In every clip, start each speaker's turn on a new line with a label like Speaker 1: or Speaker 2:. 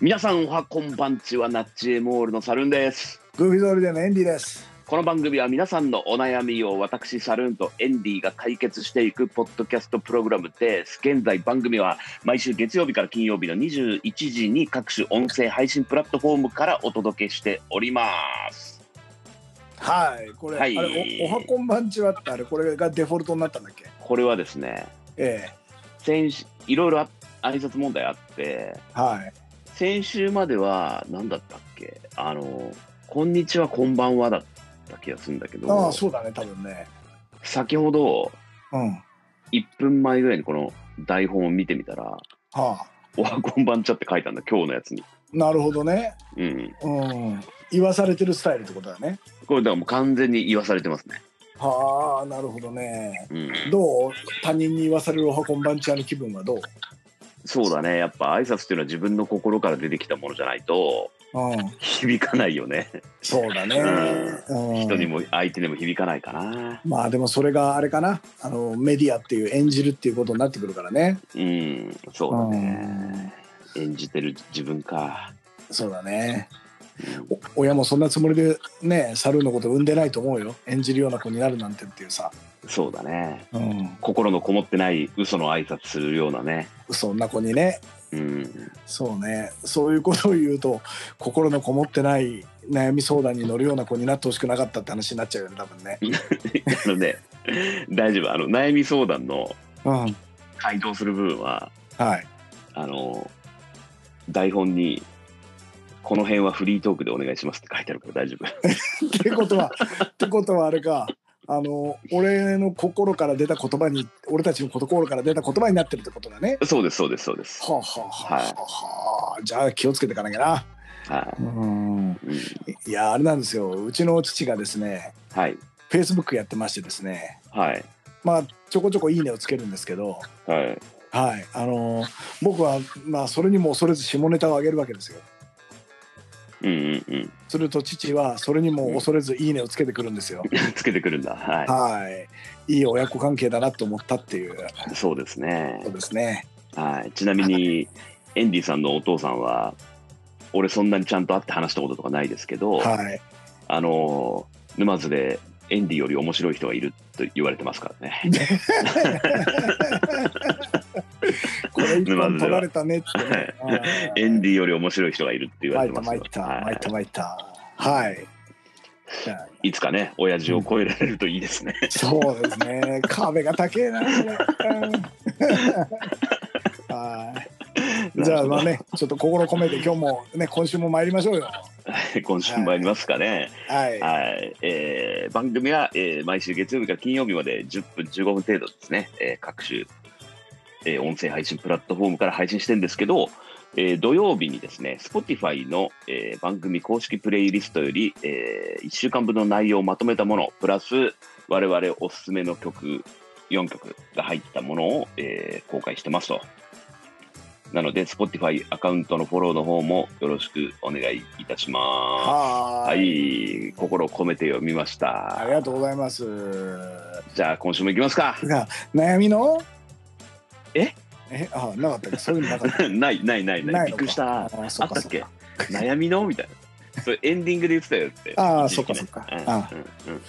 Speaker 1: 皆さんおはこんばんちはナッチエモールのサルンです
Speaker 2: グーフィードルデンのエンディです。
Speaker 1: この番組は皆さんのお悩みを私サルーンとエンディが解決していくポッドキャストプログラムです現在番組は毎週月曜日から金曜日の21時に各種音声配信プラットフォームからお届けしております
Speaker 2: はい、これ、
Speaker 1: はい
Speaker 2: あれお、おはこんばんちはってあれ、これがデフォルトになったんだっけ。
Speaker 1: これはですね
Speaker 2: え
Speaker 1: 先週いろいろあ挨拶問題あって
Speaker 2: えはい、
Speaker 1: 先週までは何だったっけあの「こんにちはこんばんは」だった気がするんだけ
Speaker 2: あ
Speaker 1: ど
Speaker 2: あ、そうだね、多分ね。
Speaker 1: 先ほど
Speaker 2: うん、
Speaker 1: 1分前ぐらいにこの台本を見てみたら
Speaker 2: はあ、
Speaker 1: 「おはこんばんちゃ」って書いたんだ今日のやつに。
Speaker 2: なるほどね。
Speaker 1: うん、
Speaker 2: うん、言わされてるスタイルってことだね。
Speaker 1: これだからもう完全に言わされてますね。
Speaker 2: はあ、なるほどね。
Speaker 1: うん、
Speaker 2: どう、他人に言わされるおはこんばんちはの気分はどう。
Speaker 1: そうだねやっぱ挨拶っていうのは自分の心から出てきたものじゃないと
Speaker 2: うん、
Speaker 1: 響かないよね。
Speaker 2: そうだね。うん、
Speaker 1: 人にも相手にも響かないかな。
Speaker 2: まあでもそれがあれかなあのメディアっていう演じるっていうことになってくるからね
Speaker 1: うんそうだね。演じてる自分か。
Speaker 2: そうだね
Speaker 1: うん
Speaker 2: お親もそんなつもりでね猿のこと産んでないと思うよ演じるような子になるなんてっていうさ、
Speaker 1: そうだね。
Speaker 2: うん、
Speaker 1: 心のこもってない嘘の挨拶するようなね。
Speaker 2: そんな子にね
Speaker 1: うん。
Speaker 2: そうねそういうことを言うと心のこもってない悩み相談に乗るような子になってほしくなかったって話になっちゃうよね多分ね、
Speaker 1: あのね、大丈夫。あの、悩み相談の
Speaker 2: うん、
Speaker 1: 回答する部分は、
Speaker 2: はい
Speaker 1: あの、台本に、この辺はフリートークでお願いしますって書いてあるから大丈夫。
Speaker 2: ってことは ってことはあれかあの俺の心から出た言葉に俺たちの心から出た言葉になってるってことだね
Speaker 1: そうです、そうです、そうです。
Speaker 2: はあ、はあはあはあはあ、じゃあ気をつけていかなきゃな。
Speaker 1: は
Speaker 2: うん
Speaker 1: い。うん
Speaker 2: いやあれなんですようちの父がですね
Speaker 1: はい。
Speaker 2: フェイスブックやってましてですね
Speaker 1: はい。
Speaker 2: まあちょこちょこ「いいね」をつけるんですけど、
Speaker 1: はい。
Speaker 2: はいあのー僕は、まあ、それにも恐れず下ネタを上げるわけですよ。
Speaker 1: うんうんうん。
Speaker 2: すると父はそれにも恐れず「いいね」をつけてくるんですよ。
Speaker 1: つけてくるんだ。は
Speaker 2: はい、いい親子関係だなと思ったっていうこ
Speaker 1: い。そうですね
Speaker 2: と。ですね。
Speaker 1: はい。ちなみに、エンディさんのお父さんは、俺そんなにちゃんと会って話したこととかないですけど、
Speaker 2: はい、
Speaker 1: あの沼津でエンディより面白い人がいると言われてますから ね。
Speaker 2: これ一本取られたねってね。はい
Speaker 1: エンディより面白い人がいるって言わ
Speaker 2: 参
Speaker 1: れ
Speaker 2: ってた
Speaker 1: ます
Speaker 2: 参っ
Speaker 1: よ。は
Speaker 2: た参った参ったはい
Speaker 1: い、いつかね、親父を超えられるといいですね。
Speaker 2: そうですね壁が高えなこれうん はいじゃあまあねちょっと心込めて今日もね今週も参りましょうよ
Speaker 1: 今週も参りますかね。
Speaker 2: はい
Speaker 1: はい、えー番組は、えー毎週月曜日から金曜日まで10分15分程度ですね、えー各種、えー音声配信プラットフォームから配信してるんですけど、えー土曜日にですね Spotify の、えー番組公式プレイリストより、え1週間分の内容をまとめたものプラス我々おすすめの曲4曲が入ったものを、えー公開してますと。なので、Spotify アカウントのフォローの方もよろしくお願いいたします。
Speaker 2: は
Speaker 1: は
Speaker 2: ーい
Speaker 1: い、心を込めて読みまし
Speaker 2: あ
Speaker 1: た。
Speaker 2: りがとうございます
Speaker 1: じゃあ今週も行きますか。
Speaker 2: が悩みの
Speaker 1: え
Speaker 2: えあなかったっけそういうのなかった
Speaker 1: ないないない ない。
Speaker 2: ない
Speaker 1: びっ
Speaker 2: のか
Speaker 1: くりした。あ
Speaker 2: あ
Speaker 1: っ
Speaker 2: ーそ
Speaker 1: た
Speaker 2: っか
Speaker 1: っ
Speaker 2: そっ
Speaker 1: け
Speaker 2: か？
Speaker 1: 悩みのみたいな。それエンディングで言ってたよって。
Speaker 2: あー
Speaker 1: 一時期ね
Speaker 2: そっかそ
Speaker 1: う
Speaker 2: っか
Speaker 1: ん
Speaker 2: あ
Speaker 1: うんうん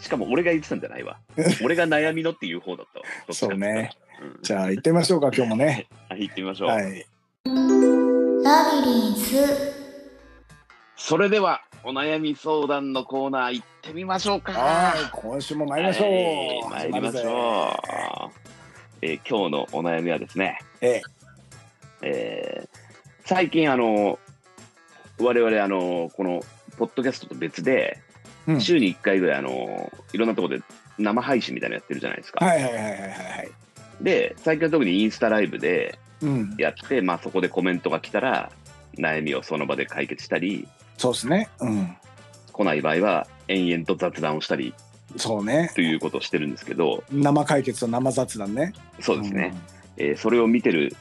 Speaker 1: しかも俺が言ってたんじゃない わ。俺が悩みのっていう方だったわ。どっちかっていと
Speaker 2: そうね。
Speaker 1: うん
Speaker 2: じゃあ行ってみましょうか今日もね
Speaker 1: はい行ってみましょう。
Speaker 2: はい
Speaker 3: ラビリンス
Speaker 1: それではお悩み相談のコーナー行ってみましょうか。
Speaker 2: はい今週も参りましょう、
Speaker 1: はい参りまし
Speaker 2: 始
Speaker 1: ょ
Speaker 2: るぜ
Speaker 1: う。えー今日のお悩みはですね。
Speaker 2: え
Speaker 1: えー最近あの我々あのこのポッドキャストと別で
Speaker 2: え、うん
Speaker 1: 週に1回ぐらいあのいろんなところで生配信みたいなのやってるじゃないですか、
Speaker 2: はいはいはいはいはいはい。
Speaker 1: で最近は特にインスタライブで
Speaker 2: うん。
Speaker 1: やって、まあ、そこでコメントが来たら悩みをその場で解決したり
Speaker 2: そうですね。うん。
Speaker 1: 来ない場合は延々と雑談をしたり
Speaker 2: そうね。
Speaker 1: ということをしてるんですけど
Speaker 2: 生解決と生雑談ね。
Speaker 1: そうですね、えーそれを見てる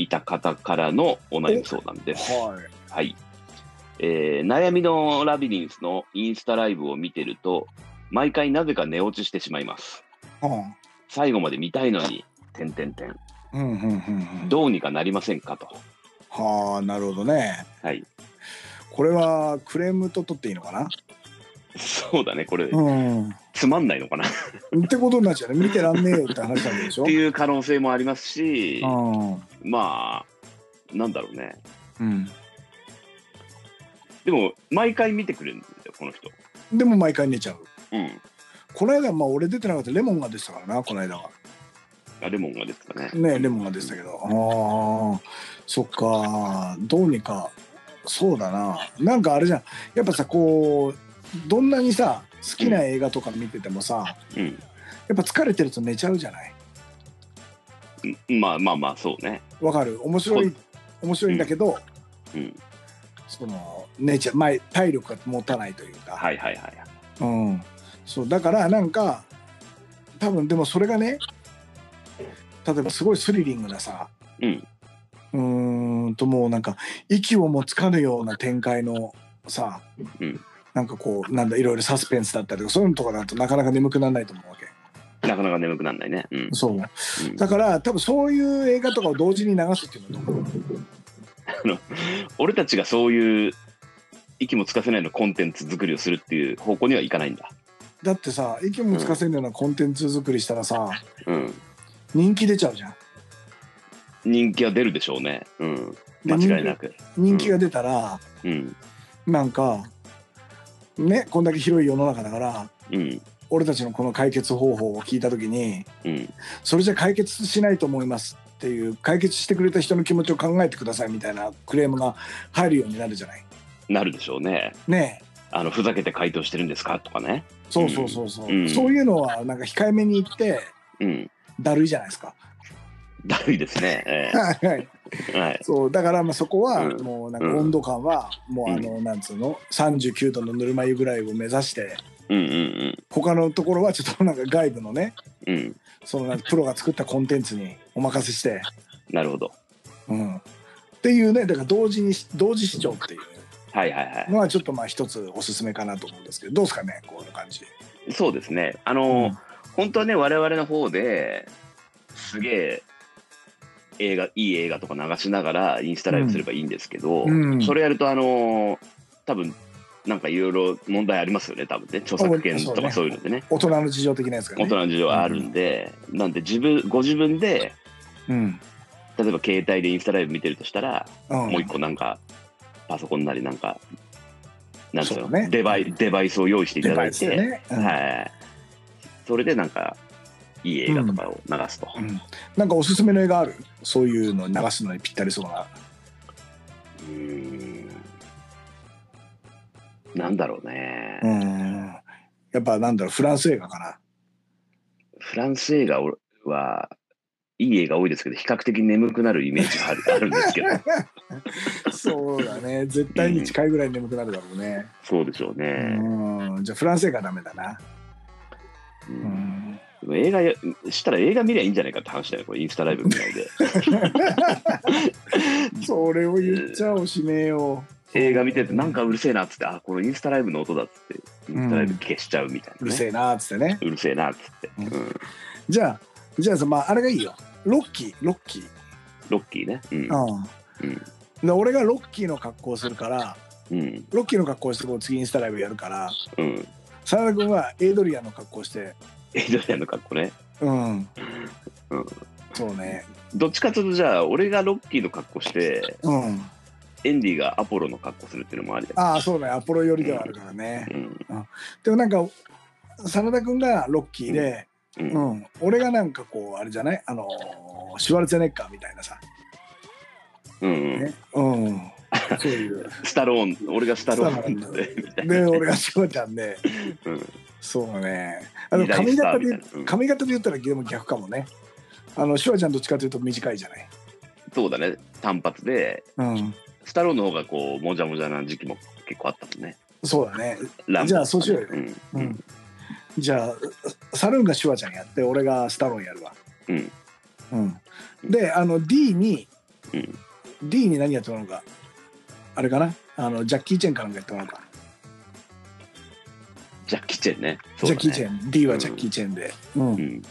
Speaker 1: いた方からのお悩み相談
Speaker 2: うん。
Speaker 1: です。
Speaker 2: はい。
Speaker 1: はい。えー悩みのラビリンスのインスタライブを見てると、毎回なぜか寝落ちしてしまいます。最後まで見たいのに、点点点。
Speaker 2: うん。うんうんうんうん。
Speaker 1: どうにかなりませんかと。
Speaker 2: はあなるほどね
Speaker 1: はい。
Speaker 2: これはクレームと取っていいのかな
Speaker 1: そうだね、これ、
Speaker 2: うん
Speaker 1: つまんないのかなっ
Speaker 2: ってことになっちゃうね見てらんねえよって話なんでしょ
Speaker 1: て いう可能性もありますし、
Speaker 2: うん
Speaker 1: まあ、なんだろうね。
Speaker 2: うん
Speaker 1: でも、毎回見てくれるんだよ、この人。
Speaker 2: でも毎回寝ちゃう
Speaker 1: うん。
Speaker 2: この間まあ俺出てなかったレモンが出てたからなこの間は
Speaker 1: あレモンがですかね。
Speaker 2: ねレモンが出てたけどああそっかどうにかそうだななんかあれじゃんやっぱさこうどんなにさ好きな映画とか見ててもさ
Speaker 1: うん
Speaker 2: やっぱ疲れてると寝ちゃうじゃない
Speaker 1: うん。まあまあまあ、そうね。
Speaker 2: わかる面白い面白いんだけど、
Speaker 1: うん。
Speaker 2: その寝ちゃうまあ体力が持たないというか、
Speaker 1: はいはいはい。
Speaker 2: うん、そうだからなんか多分でもそれがね例えばすごいスリリングなさ
Speaker 1: うん。
Speaker 2: うーんともうなんか息をもつかぬような展開のさ、
Speaker 1: うん
Speaker 2: なんかこうなんだいろいろサスペンスだったりとかそういうのとかだとなかなか眠くならないと思うわけ
Speaker 1: なかなか眠くならないね。うん。
Speaker 2: そう
Speaker 1: うん
Speaker 2: だから多分そういう映画とかを同時に流すっていうのはどう
Speaker 1: 俺たちがそういう息もつかせないのコンテンツ作りをするっていう方向にはいかないんだ。
Speaker 2: だってさ息もつかせるようなコンテンツ作りしたらさ
Speaker 1: うん。
Speaker 2: 人気出ちゃうじゃん
Speaker 1: 人気は出るでしょうね。うん。
Speaker 2: で
Speaker 1: 間違いなく。
Speaker 2: 人気が出たら
Speaker 1: うん。
Speaker 2: なんかねこんだけ広い世の中だから
Speaker 1: うん。
Speaker 2: 俺たちのこの解決方法を聞いた時に
Speaker 1: うん。
Speaker 2: それじゃ解決しないと思いますっていう解決してくれた人の気持ちを考えてくださいみたいなクレームが入るようになるじゃない
Speaker 1: なるでしょうね。
Speaker 2: ねえ
Speaker 1: あの、ふざけて回答してるんですかとかね。
Speaker 2: そうそうそうそう、
Speaker 1: うん
Speaker 2: そういうのはなんか控えめに言って
Speaker 1: うん。
Speaker 2: だるいじゃない ですか
Speaker 1: だるいです ね。え
Speaker 2: はいはい
Speaker 1: えはい。
Speaker 2: そうだからまあそこは
Speaker 1: うん
Speaker 2: もうなんか温度感はもうあのなんつうの39度のぬるま湯ぐらいを目指して
Speaker 1: うんうん
Speaker 2: 他のところはちょっとなんか外部のね
Speaker 1: うん。うん。
Speaker 2: そのなんかプロが作ったコンテンツにお任せして、
Speaker 1: なるほど。
Speaker 2: うん、っていうねだから同時に同時視聴っていう
Speaker 1: はいはいはい。
Speaker 2: のはちょっとまあ一つおすすめかなと思うんですけどどうですかねこういう感じ。
Speaker 1: そうですね。あの、本当はね、我々の方ですげえ映画、いい映画とか流しながらインスタライブすればいいんですけど、
Speaker 2: うんうん
Speaker 1: それやると、あの、多分なんかいろいろ問題ありますよね、多分ね。著作権とか
Speaker 2: そ
Speaker 1: そうう
Speaker 2: ね
Speaker 1: いうのでね。
Speaker 2: 大人の事情的なやつがね。
Speaker 1: 大人の事情はあるんで、なんで自分、ご自分で、
Speaker 2: うん。
Speaker 1: 例えば携帯でインスタライブ見てるとしたら、
Speaker 2: うん。
Speaker 1: もう一個なんか、パソコンなりなんか、なんていう
Speaker 2: そう
Speaker 1: の、
Speaker 2: ね
Speaker 1: デバイデバイスを用意していた
Speaker 2: デ
Speaker 1: だ
Speaker 2: バ
Speaker 1: い
Speaker 2: イス
Speaker 1: て、
Speaker 2: でね。うん
Speaker 1: はい。それでなんか、いい映画とかを流すと。
Speaker 2: う
Speaker 1: うん
Speaker 2: なんかおすすめの映画あるそういうの流すのにぴったりそうな。
Speaker 1: ーん。なんだろうね。
Speaker 2: うん。やっぱなんだろう、フランス映画かな。
Speaker 1: フランス映画は、いい映画多いですけど、比較的眠くなるイメージがある あるんですけど、
Speaker 2: そうだね。 絶対に近いぐらい眠くなるだろうね。
Speaker 1: そうでしょう
Speaker 2: う
Speaker 1: ね。
Speaker 2: ん。じゃあフランス映画ダメだな。
Speaker 1: う
Speaker 2: うんん。
Speaker 1: でも映画や、したら映画見りゃいいんじゃないかって話だよ、これインスタライブ見ないで。
Speaker 2: それを言っちゃおしめよ。
Speaker 1: 映画見てて、なんかうるせえなっつって、あ、このインスタライブの音だっつって、インスタライブ消しちゃうみたいう
Speaker 2: う
Speaker 1: な、
Speaker 2: る
Speaker 1: ね
Speaker 2: せえなーっつってね。
Speaker 1: うるせえなっつって、
Speaker 2: う
Speaker 1: うんん。
Speaker 2: じゃあ、じゃあさ、まああれがいいよ。ロッキー、ロッキー。
Speaker 1: ロッキーね。うん。
Speaker 2: うん
Speaker 1: うん
Speaker 2: で俺がロッキーの格好をするから
Speaker 1: うん。
Speaker 2: ロッキーの格好をしてこう次インスタライブやるから
Speaker 1: うん。
Speaker 2: 真田君はエイドリアンの格好をして
Speaker 1: エイドリアンの格好ね。
Speaker 2: うん、
Speaker 1: うん
Speaker 2: そうね
Speaker 1: どっちかというと、じゃあ、俺がロッキーの格好して、
Speaker 2: うん
Speaker 1: エンディがアポロの格好するっていうのもありだよ
Speaker 2: ああそうねアポロ寄りではあるからね、
Speaker 1: うん。
Speaker 2: でもなんか真田君がロッキーで、
Speaker 1: う。
Speaker 2: うんん俺がなんかこうあれじゃないあのーシュワルツェネッカーみたいなさ、
Speaker 1: うん。うん
Speaker 2: ね、 うんそういう
Speaker 1: スタローン、俺がスタローン
Speaker 2: スタロ
Speaker 1: で、みたい
Speaker 2: で俺がシュワちゃんで、
Speaker 1: うん
Speaker 2: そうねあの
Speaker 1: 二大
Speaker 2: 髪
Speaker 1: スタ
Speaker 2: 型
Speaker 1: ー
Speaker 2: で
Speaker 1: みたいなうん
Speaker 2: 髪型で言ったらでも逆かもねあのシュワちゃんどっちかというと短いじゃない
Speaker 1: そうだね。単発で、
Speaker 2: うん
Speaker 1: スタローンの方がこう、もじゃもじゃな時期も結構あったもんね。
Speaker 2: そうだね
Speaker 1: ランボーとかね
Speaker 2: じゃあそうしようよ
Speaker 1: うん。
Speaker 2: う
Speaker 1: うんん。
Speaker 2: じゃあサルーンがシュワちゃんやって俺がスタローンやるわ
Speaker 1: うん。
Speaker 2: うんであの D に
Speaker 1: うん
Speaker 2: D に何やってもらうのかあれかなあのジャッキー・チェンかなんかやってもらうか、
Speaker 1: ジャッキー・チェンね。
Speaker 2: ジャッキー・チ
Speaker 1: ン。
Speaker 2: ェン D はジャッキー・チェンで、うん
Speaker 1: うん。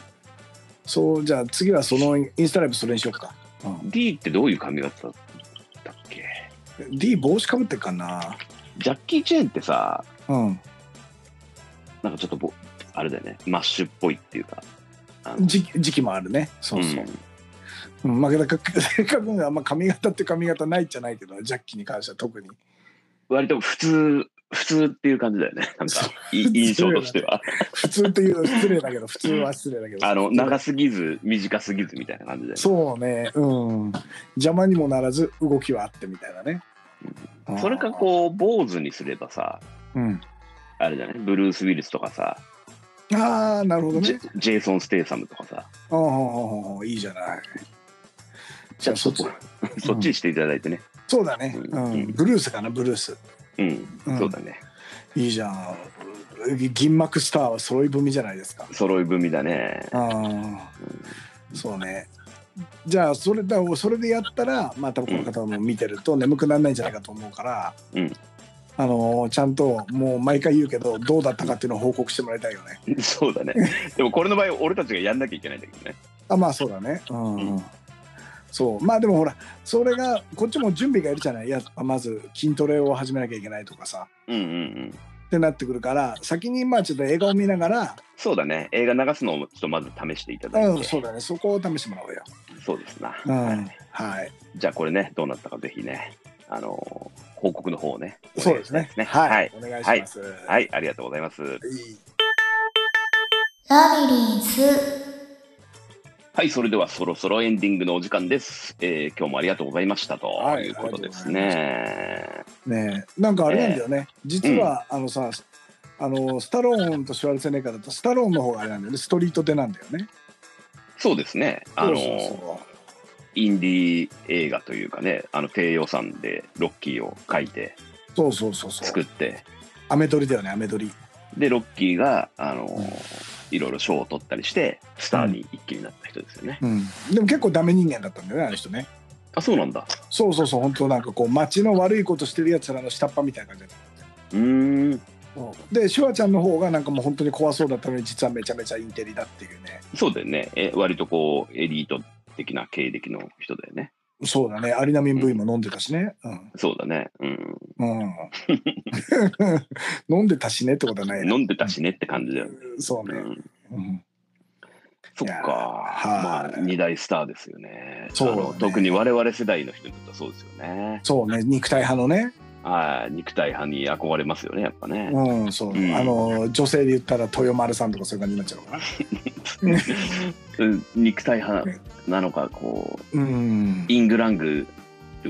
Speaker 2: そうじゃあ次はそのインスタライブそれにしようか、うん
Speaker 1: D ってどういう髪型だっったっけ
Speaker 2: D 帽子かぶってっかな
Speaker 1: ジャッキー・チェーンってさ、
Speaker 2: うん
Speaker 1: なんかちょっとぼ、あれだよね、マッシュっぽいっていうか。あの
Speaker 2: 時時期もあるねそうそう、
Speaker 1: ん
Speaker 2: うん、まあだからせっかくあんま髪型って髪型ないじゃないけどジャッキーに関しては特に
Speaker 1: 割と普通、普通っていう感じだよね。なんか
Speaker 2: そ、
Speaker 1: い印象としては。
Speaker 2: 普通っていうのは失礼だけど普通は失礼だけど
Speaker 1: あの、長すぎず、短すぎずみたいな感じだよね。
Speaker 2: そうねうん邪魔にもならず動きはあってみたいなね
Speaker 1: それかこう、坊主にすればさ、
Speaker 2: う、うん、
Speaker 1: あれじゃないブルース・ウィルスとかさ、
Speaker 2: ああなるほど
Speaker 1: ジ
Speaker 2: ね
Speaker 1: ェジェイソン・ステイサムとかさ、
Speaker 2: ああいいじゃない
Speaker 1: じゃあそ
Speaker 2: そっち
Speaker 1: こ、そっちにしていただいてね。
Speaker 2: そうだね、うん
Speaker 1: うん
Speaker 2: ブルースかなブルース、
Speaker 1: うん、
Speaker 2: うん
Speaker 1: そうだね。
Speaker 2: いいじゃん銀幕スターは揃い踏みじゃないですか
Speaker 1: 揃い踏みだね。
Speaker 2: ああそうねじゃあそれだそれでやったらまあ多分この方も見てると眠くならないんじゃないかと思うから、
Speaker 1: うん
Speaker 2: あのーちゃんともう毎回言うけどどうだったかっていうのを報告してもらいたいよね
Speaker 1: そうだね。でもこれの場合、俺たちがやんなきゃいけないんだけどね。
Speaker 2: あまあそうだねうん、
Speaker 1: う
Speaker 2: そうまあでもほらそれがこっちも準備がいるじゃないいやまず筋トレを始めなきゃいけないとかさ
Speaker 1: うんうんうん。
Speaker 2: ってなってくるから先にまあちょっと映画を見ながら
Speaker 1: そうだね。映画流すのをちょっとまず試していただいて。
Speaker 2: うんそうだねそこを試してもらおうよ
Speaker 1: そうですな、
Speaker 2: うん
Speaker 1: はい
Speaker 2: はい
Speaker 1: じゃあこれね、どうなったかぜひね、あのー報告の方をね。
Speaker 2: そうですね
Speaker 1: はい。はい。
Speaker 2: お願いします、
Speaker 1: はいい、ありがとうございます。
Speaker 3: ラビリンス
Speaker 1: はい、それではそろそろエンディングのお時間です。えー今日もありがとうございましたと
Speaker 2: はい
Speaker 1: いうことですね。
Speaker 2: ねえなんかあれなんだよね、実は、あのさあのスタローンとシュワルツェネッガーだとスタローンの方があれなんだよねストリートでなんだよね
Speaker 1: そうですね。あのー
Speaker 2: そうそうそう
Speaker 1: インディー映画というかね、あの低予算でロッキーを書いて
Speaker 2: そうそうそうそう
Speaker 1: 作って、
Speaker 2: アメ撮りだよねアメ撮り
Speaker 1: で、ロッキーが、あのーいろいろ賞を取ったりして、スターに一気になった人ですよね。
Speaker 2: うんでも結構ダメ人間だったんだよねあの人ね
Speaker 1: あ、そうなんだ。
Speaker 2: そうそうそう本当なんかこう街の悪いことしてるやつらの下っ端みたいな感じだった
Speaker 1: うーん。
Speaker 2: でシュワちゃんの方がなんかもう本当に怖そうだったのに実はめちゃめちゃインテリだっていうね
Speaker 1: そうだよね。え割とこう、エリート的な経歴の人だよね。
Speaker 2: そうだねアリナミン V も飲んでたしねうん、
Speaker 1: そうだね。うん。
Speaker 2: うん、 飲んでたしねってことはない
Speaker 1: 飲んでたしねって感じだよね。
Speaker 2: そう
Speaker 1: う
Speaker 2: ね、
Speaker 1: ん、
Speaker 2: うん、
Speaker 1: そっ
Speaker 2: いやー
Speaker 1: か。ま
Speaker 2: は
Speaker 1: あ
Speaker 2: い、
Speaker 1: 二大スターですよね。
Speaker 2: そう
Speaker 1: あの特に我々世代の人にとってはそうですよね。
Speaker 2: そうね肉体派のね
Speaker 1: はい。肉体派に憧れますよね、やっぱね。
Speaker 2: うんそう、
Speaker 1: うん
Speaker 2: あの女性で言ったら豊丸さんとかそういう感じになっちゃうのかな
Speaker 1: うん肉体派なのか、こう、
Speaker 2: うん
Speaker 1: イングラング、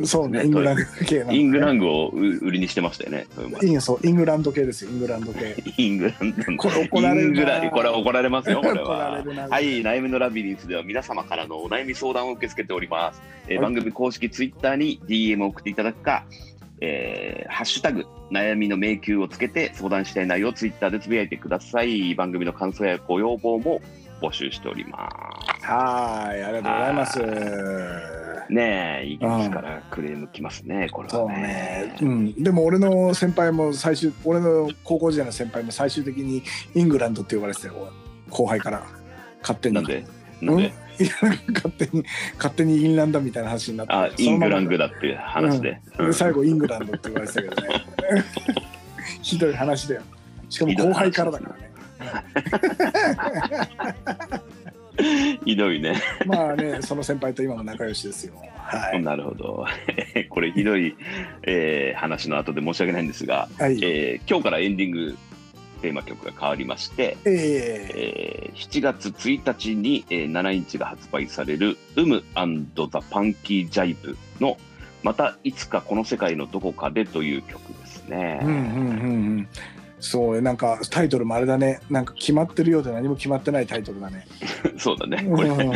Speaker 2: そうねイングランド系なの
Speaker 1: イングラングを売りにしてましたよね。そういう 前
Speaker 2: いいそうイングランド系ですよイングランド系
Speaker 1: イングランドの
Speaker 2: これ怒られる
Speaker 1: イン
Speaker 2: な
Speaker 1: グランこれ怒られますよ、これ
Speaker 2: 怒ら
Speaker 1: は
Speaker 2: れ。るな
Speaker 1: はい、悩みのラビリンスでは皆様からのお悩み相談を受け付けております。えー
Speaker 2: はい
Speaker 1: 番組公式ツイッターに DM を送っていただくか、えーハッシュタグ悩みの迷宮をつけて相談したい内容をツイッターでつぶやいてください。番組の感想やご要望も募集しておりま
Speaker 2: はいありがとうございます
Speaker 1: す。ねえ、イギリスからクレーム来ますね、これ
Speaker 2: そう
Speaker 1: は
Speaker 2: ね
Speaker 1: ね。、
Speaker 2: うん、でも俺の先輩も最終俺の高校時代の先輩も最終的にイングランドって呼ばれてたよ後輩から勝手に
Speaker 1: なんで、なんで、
Speaker 2: うん いや勝手に勝手にインランドみたいな話になって
Speaker 1: あ、イングラングだっていう話で。
Speaker 2: そのままで最後イングランドって言われてたけどね ひどい話だよしかも後輩からだからね
Speaker 1: ひどいね。
Speaker 2: まあねその先輩と今も仲良しですよはい、
Speaker 1: なるほど。これひどい、えー話の後で申し訳ないんですが、
Speaker 2: はい、え
Speaker 1: えー今日からエンディングテーマ曲が変わりまして、
Speaker 2: え
Speaker 1: えー7月1日に、えー7インチが発売される「ウムザ・パンキー・ジャイブ」の「またいつかこの世界のどこかで」という曲ですね。
Speaker 2: うんうんうんうんそうなんかタイトルもあれだねなんか決まってるようで何も決まってないタイトルだね
Speaker 1: そうだね。これ、
Speaker 2: うん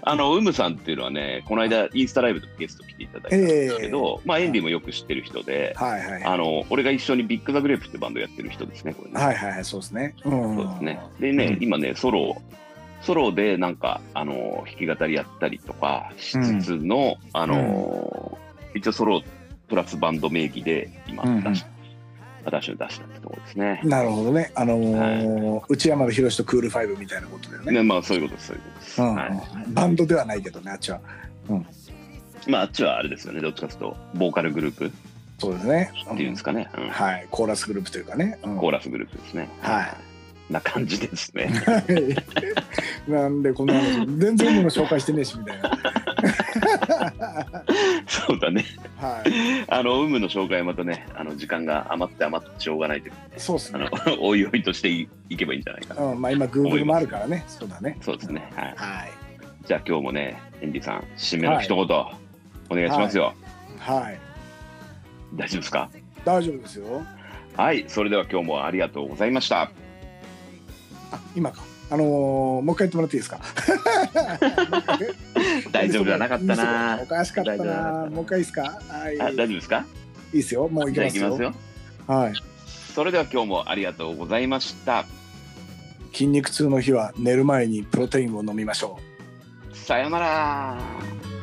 Speaker 1: あの、ウムさんっていうのはね、この間、インスタライブでゲスト来ていただいたんですけど、まあ、エンディもよく知ってる人で、
Speaker 2: はいはいはい
Speaker 1: あの、俺が一緒にビッグ・ザ・グレープってバンドやってる人ですね、これね。
Speaker 2: はいはいそうですね。うん
Speaker 1: そうですね。でね、
Speaker 2: うん
Speaker 1: 今ね、ソロを、ソロでなんか、あの、弾き語りやったりとかしつつの、あの、一応ソロプラスバンド名義で今
Speaker 2: うんうん
Speaker 1: 出し、私の出したってところですね。
Speaker 2: なるほどね。あのー内山博とクールファイブみたいなことだよね。
Speaker 1: ね、まあそういうことです、そういうことです。
Speaker 2: うん
Speaker 1: はい
Speaker 2: バンドではないけどね、あっちは。
Speaker 1: まあ、あっちはあれですよね、どっちかというと、ボーカルグループっ
Speaker 2: そうですね。
Speaker 1: ていうんですかね、うん
Speaker 2: うんはい、コーラスグループというかね。うん
Speaker 1: コーラスグループですね。。
Speaker 2: はい
Speaker 1: な感じです ね。
Speaker 2: はい。 なんでこんな話全然も紹介してねえしみたいな。
Speaker 1: そうだね。
Speaker 2: はい。
Speaker 1: あの、有無の紹介またね、あの、時間が余って余ってしょうがないというかね
Speaker 2: そうです
Speaker 1: あ
Speaker 2: ね。
Speaker 1: の、 おいおいとしていいけばいいんじゃないかな。
Speaker 2: うん、まあ今 Google もあるからね。そうだね。
Speaker 1: そうですね。はい。
Speaker 2: はい。
Speaker 1: じゃあ今日もね、エンディさん、締めの一言、お願いしますよ。
Speaker 2: はい。
Speaker 1: 大丈夫ですか
Speaker 2: 大丈夫ですよ。
Speaker 1: はい、それでは今日もありがとうございました。
Speaker 2: あ、今か。あのー、もう一回言ってもらっていいですか。
Speaker 1: 大丈夫じゃなかったな
Speaker 2: お。かしかった
Speaker 1: 大丈夫じゃなかった
Speaker 2: な。
Speaker 1: な
Speaker 2: もう一回いいですか。はい。
Speaker 1: あ大丈夫ですか
Speaker 2: いいですよ。もういき
Speaker 1: じゃあ
Speaker 2: ま
Speaker 1: い
Speaker 2: す
Speaker 1: き
Speaker 2: よ。
Speaker 1: ますよ。
Speaker 2: はい。
Speaker 1: それでは今日もありがとうございました。
Speaker 2: 筋肉痛の日は寝る前にプロテインを飲みましょう。
Speaker 1: さようなら。